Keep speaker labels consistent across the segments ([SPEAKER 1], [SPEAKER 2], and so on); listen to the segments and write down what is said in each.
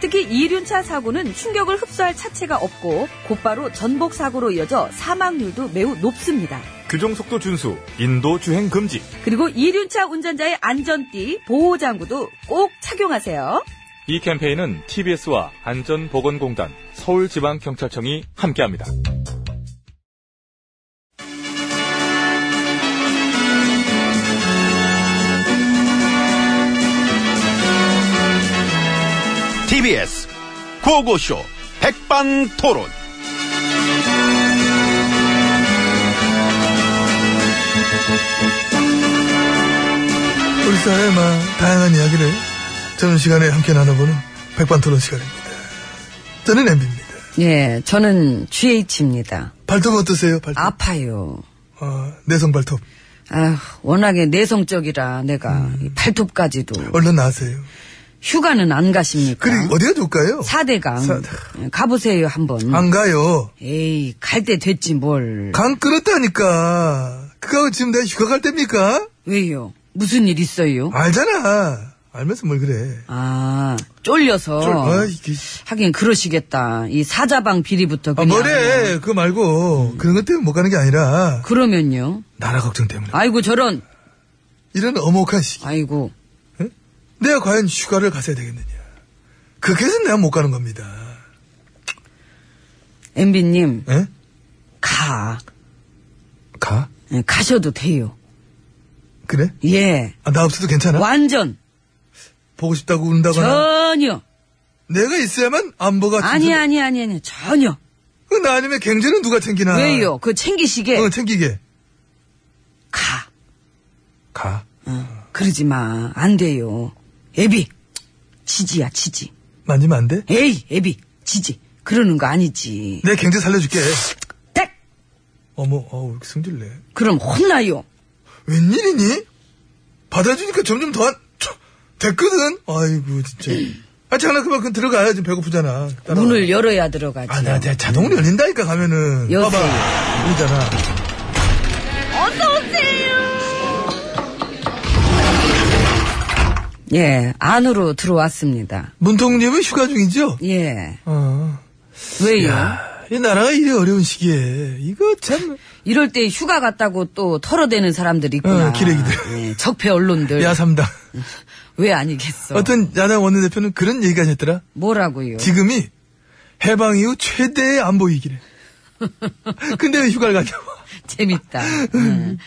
[SPEAKER 1] 특히 이륜차 사고는 충격을 흡수할 차체가 없고 곧바로 전복 사고로 이어져 사망률도 매우 높습니다.
[SPEAKER 2] 규정속도 준수, 인도 주행 금지.
[SPEAKER 1] 그리고 이륜차 운전자의 안전띠, 보호장구도 꼭 착용하세요.
[SPEAKER 2] 이 캠페인은 TBS와 안전보건공단, 서울지방경찰청이 함께합니다.
[SPEAKER 3] TBS 고고쇼 백반토론.
[SPEAKER 4] 울산의 막 다양한 이야기를 점심시간에 함께 나눠보는 백반토론 시간입니다. 저는 엠비입니다.
[SPEAKER 5] 예, 저는 GH입니다.
[SPEAKER 4] 발톱 어떠세요? 발톱.
[SPEAKER 5] 아파요.
[SPEAKER 4] 어, 내성 발톱.
[SPEAKER 5] 아, 워낙에 내성적이라 내가
[SPEAKER 6] 음.
[SPEAKER 5] 이 발톱까지도
[SPEAKER 4] 얼른 나세요.
[SPEAKER 5] 휴가는 안 가십니까?
[SPEAKER 4] 그리고 어디가 좋을까요?
[SPEAKER 5] 아. 사대강
[SPEAKER 4] 사-
[SPEAKER 5] 가보세요
[SPEAKER 6] 아,
[SPEAKER 5] 한번.
[SPEAKER 4] 안 가요.
[SPEAKER 5] 에이, 갈 때 됐지 뭘.
[SPEAKER 4] 강 끊었다니까. 그거 지금 내가 휴가 갈 때입니까?
[SPEAKER 5] 왜요? 무슨 일 있어요?
[SPEAKER 4] 알잖아. 알면서 뭘 그래.
[SPEAKER 5] 아, 쫄려서.
[SPEAKER 4] 쫄- 아, 이게.
[SPEAKER 5] 하긴 그러시겠다. 이 사자방 비리부터
[SPEAKER 4] 아,
[SPEAKER 5] 그냥.
[SPEAKER 4] 뭐래. 그거 말고. 그런 것 때문에 못 가는 게 아니라.
[SPEAKER 5] 그러면요.
[SPEAKER 4] 나라 걱정 때문에.
[SPEAKER 5] 아이고 저런.
[SPEAKER 4] 이런 어목한 시기.
[SPEAKER 5] 아이고.
[SPEAKER 4] 내가 과연 휴가를 갔어야 되겠느냐. 그렇게 해서 내가 못 가는 겁니다.
[SPEAKER 5] 엠비님
[SPEAKER 4] 예?
[SPEAKER 5] 가.
[SPEAKER 4] 가?
[SPEAKER 5] 예, 가셔도 돼요.
[SPEAKER 4] 그래?
[SPEAKER 5] 예.
[SPEAKER 4] 아, 나 없어도 괜찮아?
[SPEAKER 5] 완전
[SPEAKER 4] 보고 싶다고 운다거나.
[SPEAKER 5] 전혀.
[SPEAKER 4] 내가 있어야만 안보가
[SPEAKER 5] 아니 아니 아니 아니 전혀.
[SPEAKER 4] 나 아니면 경제는 누가 챙기나?
[SPEAKER 5] 왜요? 그 챙기시게
[SPEAKER 4] 어, 챙기게.
[SPEAKER 5] 가.
[SPEAKER 4] 가.
[SPEAKER 5] 어, 그러지 마. 안 돼요. 애비. 지지야, 지지.
[SPEAKER 4] 만지면 안 돼?
[SPEAKER 5] 에이, 애비. 지지. 그러는 거 아니지.
[SPEAKER 4] 내 경제 살려줄게.
[SPEAKER 5] 딱!
[SPEAKER 4] 어머, 어우, 왜 이렇게 성질내.
[SPEAKER 5] 그럼 혼나요.
[SPEAKER 4] 웬일이니? 받아주니까 점점 더 안, 촤, 됐거든? 아이고, 진짜. 아, 장난 그만 큼 들어가야 지금 배고프잖아. 따라와.
[SPEAKER 5] 문을 열어야 들어가지.
[SPEAKER 4] 아, 나, 내 자동으로 열린다니까, 가면은.
[SPEAKER 5] 여보세요?
[SPEAKER 4] 봐봐. 열리잖아.
[SPEAKER 5] 예, 안으로 들어왔습니다.
[SPEAKER 4] 문통님은 휴가 중이죠?
[SPEAKER 5] 예.
[SPEAKER 4] 어.
[SPEAKER 5] 왜요?
[SPEAKER 4] 야, 이 나라가 이래 어려운 시기에. 이거 참.
[SPEAKER 5] 이럴 때 휴가 갔다고 또 털어대는 사람들이 있구나.
[SPEAKER 4] 어, 기레기들.
[SPEAKER 5] 예, 적폐 언론들.
[SPEAKER 4] 야삼당.
[SPEAKER 5] 음. 왜 아니겠어?
[SPEAKER 4] 어떤 야당 원내대표는 그런 얘기까지 했더라.
[SPEAKER 5] 네. 뭐라고요?
[SPEAKER 4] 지금이 해방 이후 최대의 안보 위기래. 근데 왜 휴가를 가냐고.
[SPEAKER 5] 재밌다. 음.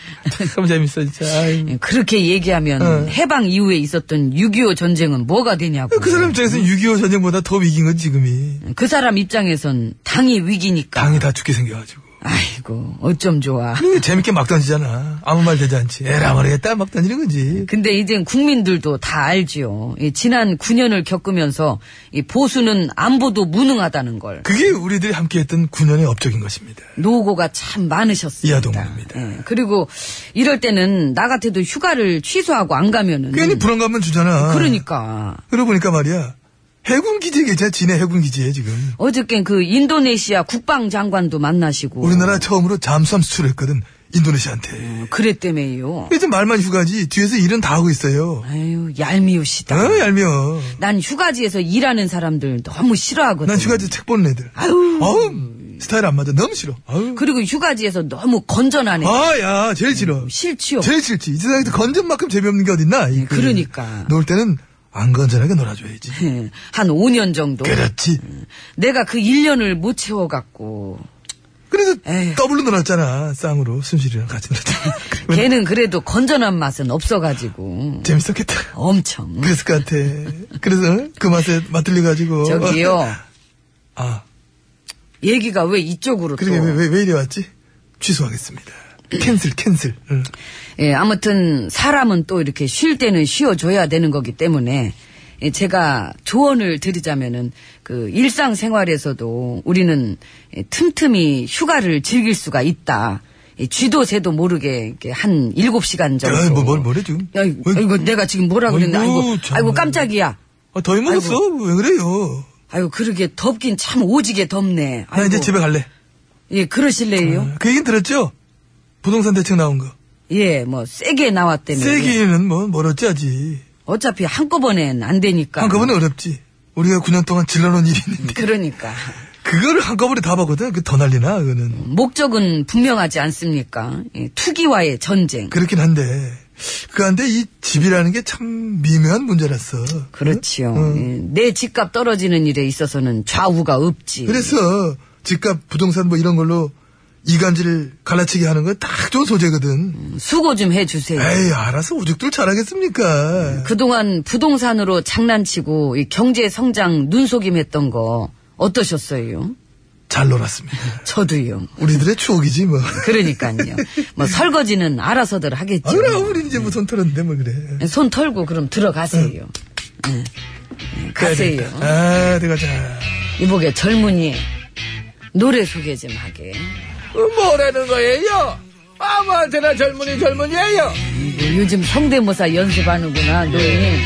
[SPEAKER 4] 참 재밌어, 진짜.
[SPEAKER 5] 네.
[SPEAKER 4] 아이고.
[SPEAKER 5] 그렇게 얘기하면
[SPEAKER 4] 어.
[SPEAKER 5] 해방 이후에 있었던 6.25 전쟁은 뭐가 되냐고.
[SPEAKER 4] 그 사람
[SPEAKER 5] 음.
[SPEAKER 4] 입장에서는 6.25 전쟁보다 더 위기인 건 지금이.
[SPEAKER 5] 그 사람 입장에선 당이 위기니까.
[SPEAKER 4] 당이 다 죽게 생겨가지고.
[SPEAKER 5] 아이고 어쩜 좋아.
[SPEAKER 4] 이게 재밌게 막 던지잖아. 아무 말 되지 않지. 에라 모르겠다. 막 던지는 거지.
[SPEAKER 5] 근데 이젠 국민들도 다 알지요. 이 지난 9년을 겪으면서 이 보수는 안보도 무능하다는 걸
[SPEAKER 4] 그게 우리들이 함께했던 9년의 업적인 것입니다.
[SPEAKER 5] 노고가 참 많으셨습니다.
[SPEAKER 4] 이하동입니다.
[SPEAKER 5] 예, 그리고 이럴 때는 나 같아도 휴가를 취소하고 안 가면은
[SPEAKER 4] 괜히 불안감은 주잖아.
[SPEAKER 5] 음. 그러니까
[SPEAKER 4] 그러고 보니까 말이야. 해군 기지에 계잖아. 진해 해군 기지에 지금.
[SPEAKER 5] 어저께 그 인도네시아 국방장관도 만나시고
[SPEAKER 4] 우리나라 처음으로 잠수함 수출을 했거든. 인도네시아한테.
[SPEAKER 5] 어, 그랬다며요.
[SPEAKER 4] 이제 말만 휴가지. 뒤에서 일은 다 하고 있어요.
[SPEAKER 5] 아유 얄미우시다.
[SPEAKER 4] 어, 얄미워.
[SPEAKER 5] 난 휴가지에서 일하는 사람들 너무 싫어하거든.
[SPEAKER 4] 난 휴가지 책 보는 애들.
[SPEAKER 5] 아유.
[SPEAKER 4] 아우, 스타일 안 맞아. 너무 싫어. 아유.
[SPEAKER 5] 그리고 휴가지에서 너무 건전하네.
[SPEAKER 4] 아, 야, 제일 싫어.
[SPEAKER 5] 싫지요.
[SPEAKER 4] 제일 싫지. 이 세상에 건전만큼 재미없는 게 어딨나? 이
[SPEAKER 5] 그러니까.
[SPEAKER 4] 놀 때는 안 건전하게 놀아줘야지.
[SPEAKER 5] 예, 한 5년 정도.
[SPEAKER 4] 그렇지.
[SPEAKER 5] 내가 그 1년을 못 채워갖고.
[SPEAKER 4] 그래서
[SPEAKER 5] 에휴.
[SPEAKER 4] 더블로 놀았잖아. 쌍으로 순실이랑 같이 놀았잖아. 그건
[SPEAKER 5] 걔는 그래도 건전한 맛은 없어가지고.
[SPEAKER 4] 재밌었겠다.
[SPEAKER 5] 엄청.
[SPEAKER 4] 그랬을 것 같아. 그래서 그 맛에 맞들려가지고.
[SPEAKER 5] 저기요.
[SPEAKER 4] 어. 아,
[SPEAKER 5] 얘기가 왜 이쪽으로
[SPEAKER 4] 그러게
[SPEAKER 5] 또.
[SPEAKER 4] 왜, 왜, 왜 이래 왔지? 취소하겠습니다. 캔슬, 캔슬. 응.
[SPEAKER 5] 예, 아무튼 사람은 또 이렇게 쉴 때는 쉬어줘야 되는 거기 때문에 예, 제가 조언을 드리자면은 그 일상생활에서도 우리는 예, 틈틈이 휴가를 즐길 수가 있다. 이 쥐도 새도 모르게 이렇게 한 7시간 정도.
[SPEAKER 3] 야, 뭐, 뭘, 뭐래, 지금?
[SPEAKER 5] 야, 이거, 이거 내가 지금 뭐라 그랬나? 아이고,
[SPEAKER 3] 아이고,
[SPEAKER 5] 아이고,
[SPEAKER 3] 정말.
[SPEAKER 5] 깜짝이야.
[SPEAKER 3] 아, 더위 먹었어? 왜 그래요?
[SPEAKER 5] 아이고, 그러게 덥긴 참 오지게 덥네.
[SPEAKER 3] 나 이제
[SPEAKER 5] 아이고.
[SPEAKER 3] 집에 갈래.
[SPEAKER 5] 예, 그러실래요?
[SPEAKER 3] 그 얘기는 들었죠? 부동산 대책 나온 거.
[SPEAKER 5] 예, 뭐 세게 나왔다며.
[SPEAKER 3] 세기는 뭐, 멀었지, 아직.
[SPEAKER 5] 어차피 한꺼번엔 안 되니까.
[SPEAKER 3] 한꺼번에 어렵지. 우리가 9년 동안 질러놓은 일이 있는데.
[SPEAKER 5] 그러니까
[SPEAKER 3] 그거를 한꺼번에 다 보거든. 그 더 난리나,
[SPEAKER 5] 음.
[SPEAKER 3] 그거는.
[SPEAKER 5] 목적은 분명하지 않습니까? 예, 투기와의 전쟁.
[SPEAKER 3] 그렇긴 한데. 그 한데 이 집이라는 게 참 미묘한 문제라서.
[SPEAKER 5] 그렇지요.
[SPEAKER 3] 응.
[SPEAKER 5] 예, 내 집값 떨어지는 일에 있어서는 좌우가 없지.
[SPEAKER 3] 그래서 집값, 부동산 뭐 이런 걸로 이간질 갈라치기 하는 건 딱 좋은 소재거든.
[SPEAKER 5] 음, 수고 좀 해주세요.
[SPEAKER 3] 에이, 알아서 오죽들 잘하겠습니까?
[SPEAKER 5] 네. 음. 그동안 부동산으로 장난치고 이 경제 성장 눈속임했던 거 어떠셨어요?
[SPEAKER 3] 잘 놀았습니다.
[SPEAKER 5] 저도요.
[SPEAKER 3] 우리들의 추억이지, 뭐.
[SPEAKER 5] 그러니까요. 뭐 설거지는 알아서들 하겠죠.
[SPEAKER 3] 아, 그럼 우리 이제 뭐 손 털었는데 뭐 그래.
[SPEAKER 5] 손 털고 그럼 들어가세요. 예. 예, 가세요.
[SPEAKER 3] 아, 들어가자.
[SPEAKER 5] 이보게 젊은이 노래 소개 좀 하게.
[SPEAKER 7] 어, 뭐라는 거예요? 아무한테나 젊은이 젊은이에요.
[SPEAKER 5] 뭐 요즘 성대모사 연습하는구나 너희.
[SPEAKER 7] 네.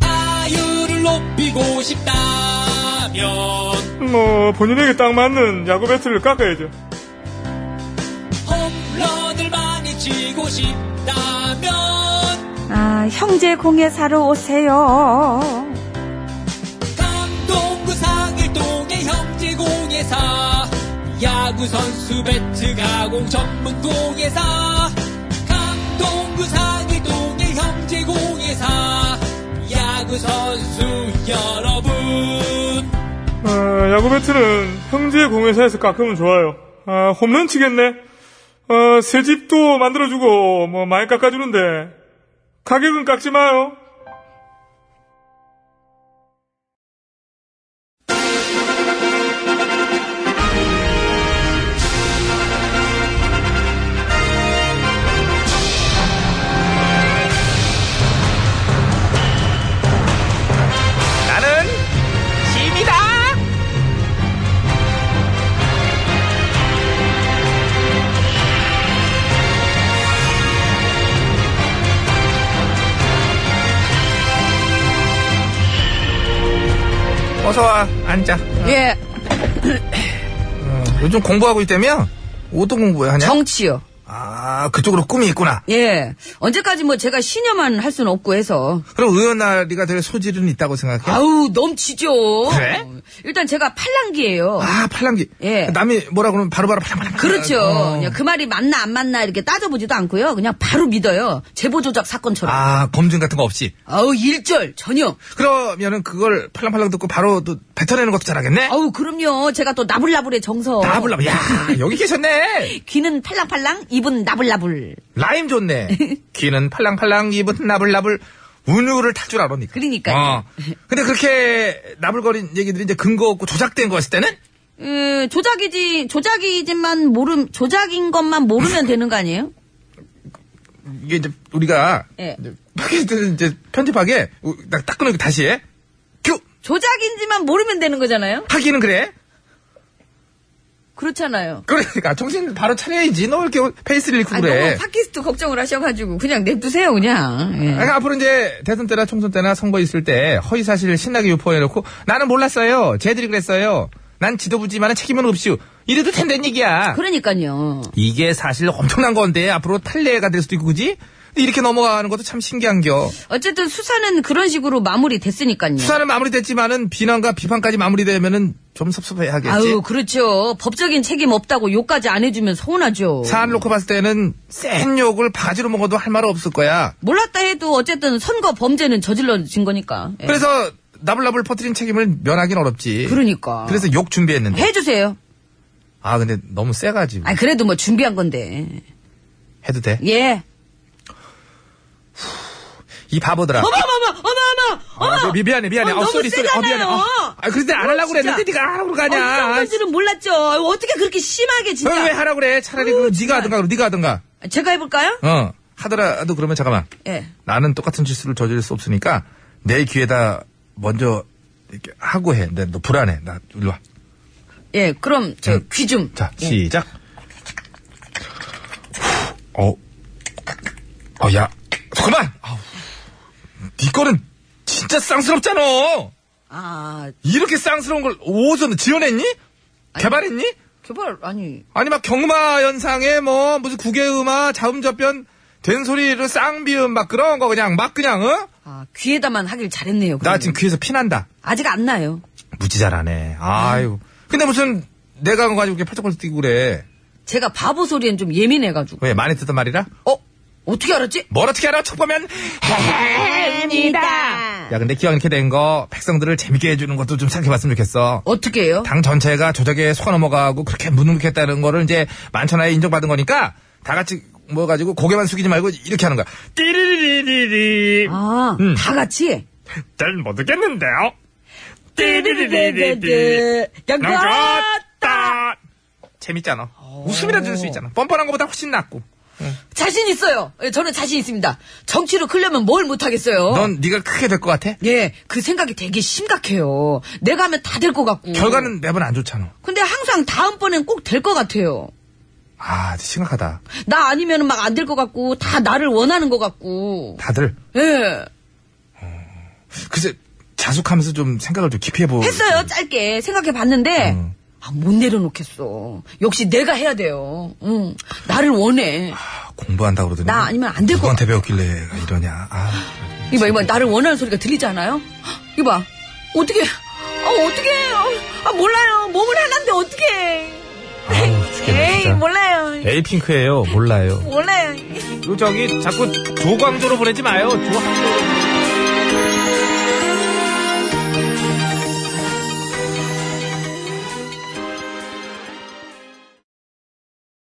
[SPEAKER 8] 아유를 높이고 싶다면
[SPEAKER 2] 뭐 본인에게 딱 맞는 야구 배트를 깎아야죠.
[SPEAKER 8] 홈런을 많이 치고 싶다면
[SPEAKER 9] 아, 형제 공예 사러 오세요.
[SPEAKER 8] 강동구 그 상일동의 형제공예사 야구선수 배트 가공 전문 공예사 강동구 상일동의 형제공예사 야구선수 여러분
[SPEAKER 2] 아, 야구 배트는 형제 공회사에서 깎으면 좋아요. 아, 홈런 치겠네. 아, 새 집도 만들어주고 뭐 많이 깎아주는데 가격은 깎지 마요.
[SPEAKER 7] 나는 짐이다.
[SPEAKER 3] 어서 와.
[SPEAKER 7] 앉아.
[SPEAKER 5] 예,
[SPEAKER 3] 요즘 공부하고 있다며? 어떤 공부야, 하냐?
[SPEAKER 5] 정치요.
[SPEAKER 3] 아, 그쪽으로 꿈이 있구나.
[SPEAKER 5] 예, 언제까지 뭐 제가 신여만 할 수는 없고 해서.
[SPEAKER 3] 그럼 의원나리가 될 소질은 있다고 생각해?
[SPEAKER 7] 네?
[SPEAKER 5] 아우 넘치죠.
[SPEAKER 3] 그래?
[SPEAKER 5] 어, 일단 제가 팔랑기예요.
[SPEAKER 3] 아, 팔랑기.
[SPEAKER 5] 예.
[SPEAKER 3] 남이 뭐라 그러면 바로바로 팔랑팔랑.
[SPEAKER 5] 그렇죠.
[SPEAKER 3] 어.
[SPEAKER 5] 그냥 그 말이 맞나 안 맞나 이렇게 따져보지도 않고요. 그냥 바로 믿어요. 제보 조작 사건처럼.
[SPEAKER 3] 아, 검증 같은 거 없이.
[SPEAKER 5] 아우 일절 전혀.
[SPEAKER 3] 그러면은 그걸 팔랑팔랑 듣고 바로 또 뱉어내는 것도 잘하겠네?
[SPEAKER 5] 아우 그럼요. 제가 또 나불나불의 정서.
[SPEAKER 3] 나불나불. 야, 여기 계셨네.
[SPEAKER 5] 귀는 팔랑팔랑, 입은 나불나불.
[SPEAKER 3] 라임 좋네. 귀는 팔랑팔랑, 입은 나불나불. 운율을 탈 줄 알으니까.
[SPEAKER 5] 그러니까요.
[SPEAKER 3] 어. 근데 그렇게 나불거린 얘기들이 이제 근거 없고 조작된 거였을 때는?
[SPEAKER 5] 에, 조작이지 조작이지만 모름 조작인 것만 모르면 되는 거 아니에요?
[SPEAKER 3] 이게 이제 우리가
[SPEAKER 5] 예.
[SPEAKER 3] 이제 팟캐스트는 이제 편집하게 우- 나- 딱 끊어놓고 다시 해. 큐!
[SPEAKER 5] 조작인지만 모르면 되는 거잖아요.
[SPEAKER 3] 하기는 그래.
[SPEAKER 5] 그렇잖아요.
[SPEAKER 3] 그러니까 정신 바로 차려야지. 너 왜 이렇게 페이스를 잃고
[SPEAKER 5] 아
[SPEAKER 3] 그래.
[SPEAKER 5] 너무 팟캐스트 걱정을 하셔가지고 그냥 냅두세요 그냥. 예.
[SPEAKER 3] 그러니까 앞으로 이제 대선 때나 총선 때나 선거 있을 때 허위 사실을 신나게 유포해놓고 나는 몰랐어요. 쟤들이 그랬어요. 난 지도부지만 책임은 없이요. 이래도 된다는 얘기야.
[SPEAKER 5] 그러니까요.
[SPEAKER 3] 이게 사실 엄청난 건데 앞으로 탈례가 될 수도 있고 그지? 이렇게 넘어가는 것도 참 신기한겨.
[SPEAKER 5] 어쨌든 수사는 그런 식으로 마무리됐으니까요.
[SPEAKER 3] 수사는 마무리됐지만은 비난과 비판까지 마무리되면은 좀 섭섭해하겠지.
[SPEAKER 5] 아유 그렇죠. 법적인 책임 없다고 욕까지 안 해주면 서운하죠.
[SPEAKER 3] 사안 놓고 봤을 때는 센 욕을 바지로 먹어도 할 말은 없을 거야.
[SPEAKER 5] 몰랐다 해도 어쨌든 선거 범죄는 저질러진 거니까. 예.
[SPEAKER 3] 그래서 나불나불 퍼뜨린 책임을 면하기는 어렵지.
[SPEAKER 5] 그러니까.
[SPEAKER 3] 그래서 욕 준비했는데.
[SPEAKER 5] 해주세요.
[SPEAKER 3] 아 근데 너무 세가지고
[SPEAKER 5] 아 그래도 뭐 준비한 건데.
[SPEAKER 3] 해도 돼?
[SPEAKER 5] 예.
[SPEAKER 3] 이 바보들아.
[SPEAKER 5] 어머 어머 어머 어머 어머.
[SPEAKER 3] 아, 미- 미안해 미안해.
[SPEAKER 5] 어,
[SPEAKER 3] 아,
[SPEAKER 5] 너무
[SPEAKER 3] 쏘리 쏘리. 아, 미안해.
[SPEAKER 5] 세잖아요.
[SPEAKER 3] 어. 아 그런데 안 하려고
[SPEAKER 5] 어, 진짜.
[SPEAKER 3] 그랬는데 네가 하라고
[SPEAKER 5] 어, 이런
[SPEAKER 3] 그러냐.
[SPEAKER 5] 건 줄은 몰랐죠. 아유, 어떻게 그렇게 심하게
[SPEAKER 3] 왜,
[SPEAKER 5] 진짜.
[SPEAKER 3] 왜 하라고 그래? 차라리
[SPEAKER 5] 어,
[SPEAKER 3] 그 네가 하든가 네가 하든가.
[SPEAKER 5] 제가 해볼까요?
[SPEAKER 3] 어 하더라도 그러면 잠깐만.
[SPEAKER 5] 예.
[SPEAKER 3] 나는 똑같은 실수를 저지를 수 없으니까 내 귀에다 먼저 이렇게 하고 해. 근데 너 불안해. 나 일로 와.
[SPEAKER 5] 예, 그럼 저
[SPEAKER 3] 음.
[SPEAKER 5] 귀 좀.
[SPEAKER 3] 자,
[SPEAKER 5] 예.
[SPEAKER 3] 시작. 어, 어, 야, 잠깐만. 아우. 네 거는 진짜 쌍스럽잖아.
[SPEAKER 5] 아,
[SPEAKER 3] 이렇게 쌍스러운 걸 오전 지어냈니? 개발했니?
[SPEAKER 5] 개발 아니.
[SPEAKER 3] 아니 막 경마 연상에 뭐 무슨 국외음악 자음접변 된 소리로 쌍비음 막 그런 거 그냥 막 그냥 어?
[SPEAKER 5] 아, 귀에다만 하길 잘했네요.
[SPEAKER 3] 나
[SPEAKER 5] 그러면.
[SPEAKER 3] 지금 귀에서 피난다.
[SPEAKER 5] 아직 안 나요.
[SPEAKER 3] 무지 잘하네. 아유. 근데 무슨 내가 그거 가지고 이렇게 팔짝팔짝 뛰고 그래.
[SPEAKER 5] 제가 바보 소리엔 좀 예민해가지고.
[SPEAKER 3] 왜 많이 듣던 말이라?
[SPEAKER 5] 어? 어떻게 알았지?
[SPEAKER 3] 뭘 어떻게 알아? 척 보면 해입니다. 야 근데 기왕 이렇게 된 거 백성들을 재밌게 해주는 것도 좀 생각해봤으면 좋겠어.
[SPEAKER 5] 어떻게 해요?
[SPEAKER 3] 당 전체가 조작에 속아 넘어가고 그렇게 무능력했다는 거를 이제 만천하에 인정받은 거니까 다 같이 모여가지고 고개만 숙이지 말고 이렇게 하는 거야. 띠리리리리리.
[SPEAKER 5] 아, 다 같이.
[SPEAKER 10] 잘못 듣겠는데요.
[SPEAKER 5] 띠리리리리리. 양가.
[SPEAKER 3] 남겼다. 재밌잖아.
[SPEAKER 5] 어.
[SPEAKER 3] 웃음이라도 들 수 있잖아. 뻔뻔한 것보다 훨씬 낫고.
[SPEAKER 5] 자신 있어요. 예, 저는 자신 있습니다. 정치로 크려면 뭘 못하겠어요.
[SPEAKER 3] 넌 네가 크게 될 것 같아?
[SPEAKER 5] 예, 그 생각이 되게 심각해요. 내가 하면 다 될 것 같고.
[SPEAKER 3] 결과는 매번 안 좋잖아.
[SPEAKER 5] 근데 항상 다음번엔 꼭 될 것 같아요.
[SPEAKER 3] 아, 심각하다.
[SPEAKER 5] 나 아니면 막 안 될 것 같고, 다 나를 원하는 것 같고.
[SPEAKER 3] 다들
[SPEAKER 5] 예.
[SPEAKER 3] 글쎄 자숙하면서 좀 생각을 좀 깊이 해보.
[SPEAKER 5] 했어요, 짧게. 생각해 봤는데.
[SPEAKER 3] 음.
[SPEAKER 5] 아, 못 내려놓겠어. 역시 내가 해야 돼요. 응. 나를 원해.
[SPEAKER 3] 아, 공부한다 그러더니.
[SPEAKER 5] 나 아니면 안될 것
[SPEAKER 3] 누구한테 배웠길래 이러냐. 아.
[SPEAKER 5] 이봐, 이봐. 나를 원하는 소리가 들리지 않아요? 헉, 이봐. 어떻게, 아, 어떻게, 아, 몰라요. 몸은 하나인데 어떻게.
[SPEAKER 3] 아우, 죽겠네,
[SPEAKER 5] 에이,
[SPEAKER 3] 진짜.
[SPEAKER 5] 몰라요.
[SPEAKER 3] 에이핑크예요. 몰라요.
[SPEAKER 5] 몰라요.
[SPEAKER 3] 요 저기 자꾸 조광조로 보내지 마요. 조광조로.